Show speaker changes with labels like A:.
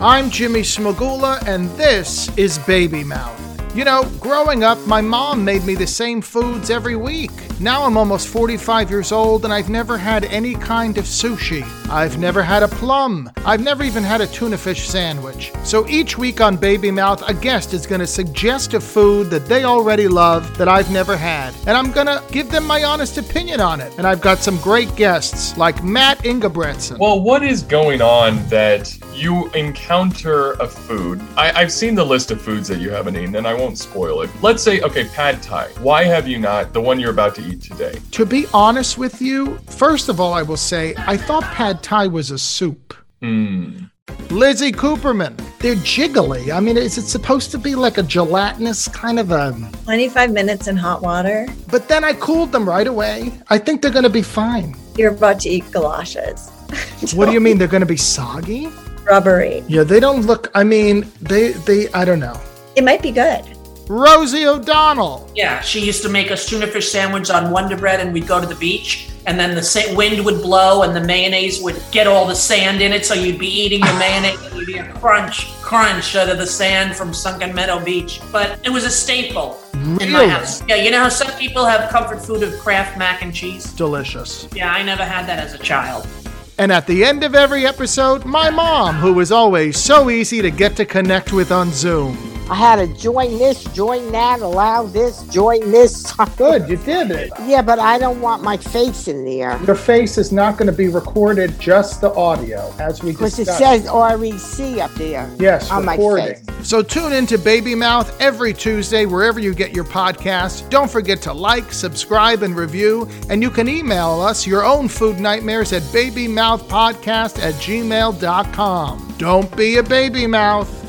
A: I'm Jimmy Smagula, and this is Baby Mouth. You know, growing up, my mom made me the same foods every week. Now I'm almost 45 years old, and I've never had any kind of sushi. I've never had a plum. I've never even had a tuna fish sandwich. So each week on Baby Mouth, a guest is going to suggest a food that they already love that I've never had. And I'm going to give them my honest opinion on it. And I've got some great guests like Matt Ingebretson.
B: Well, what is going on that you encounter a food? I, I've seen the list of foods that you haven't eaten, and I won't spoil it. Let's say, okay, pad thai. Why have you not the one you're about to eat today?
A: To be honest with you, first of all, I will say I thought pad thai was a soup. Lizzie Cooperman. They're jiggly. I mean, is it supposed to be like a gelatinous kind of a.
C: 25 minutes in hot water.
A: But then I cooled them right away. I think they're going to be fine.
C: You're about to eat galoshes.
A: What do you mean? They're going to be soggy?
C: Rubbery.
A: Yeah, they don't look. I mean, they, they, I don't know.
C: It might be good.
A: Rosie O'Donnell.
D: Yeah, she used to make us tuna fish sandwich on Wonder Bread, and we'd go to the beach, and then the sa- wind would blow, and the mayonnaise would get all the sand in it, so you'd be eating the mayonnaise, and you'd be a crunch, crunch out of the sand from Sunken Meadow Beach. But it was a staple in my
A: Really?
D: house. Yeah, you know how some people have comfort food of Kraft mac and cheese?
A: Delicious.
D: Yeah, I never had that as a child.
A: And at the end of every episode, my mom, who is always so easy to get to connect with on Zoom.
E: I had to join this, join that, allow this, join this.
A: Good, you did it.
E: yeah, but I don't want my face in there
A: Your face is not going to be recorded, just the audio, as we
E: because it
A: discussed.
E: says REC up there.
A: Yes,
E: on my
A: recording.
E: face.
A: So tune in to Baby Mouth every Tuesday wherever you get your podcast. Don't forget to like, subscribe, and review. And you can email us your own food nightmares at babymouthpodcast at gmail.com. Don't be a baby mouth.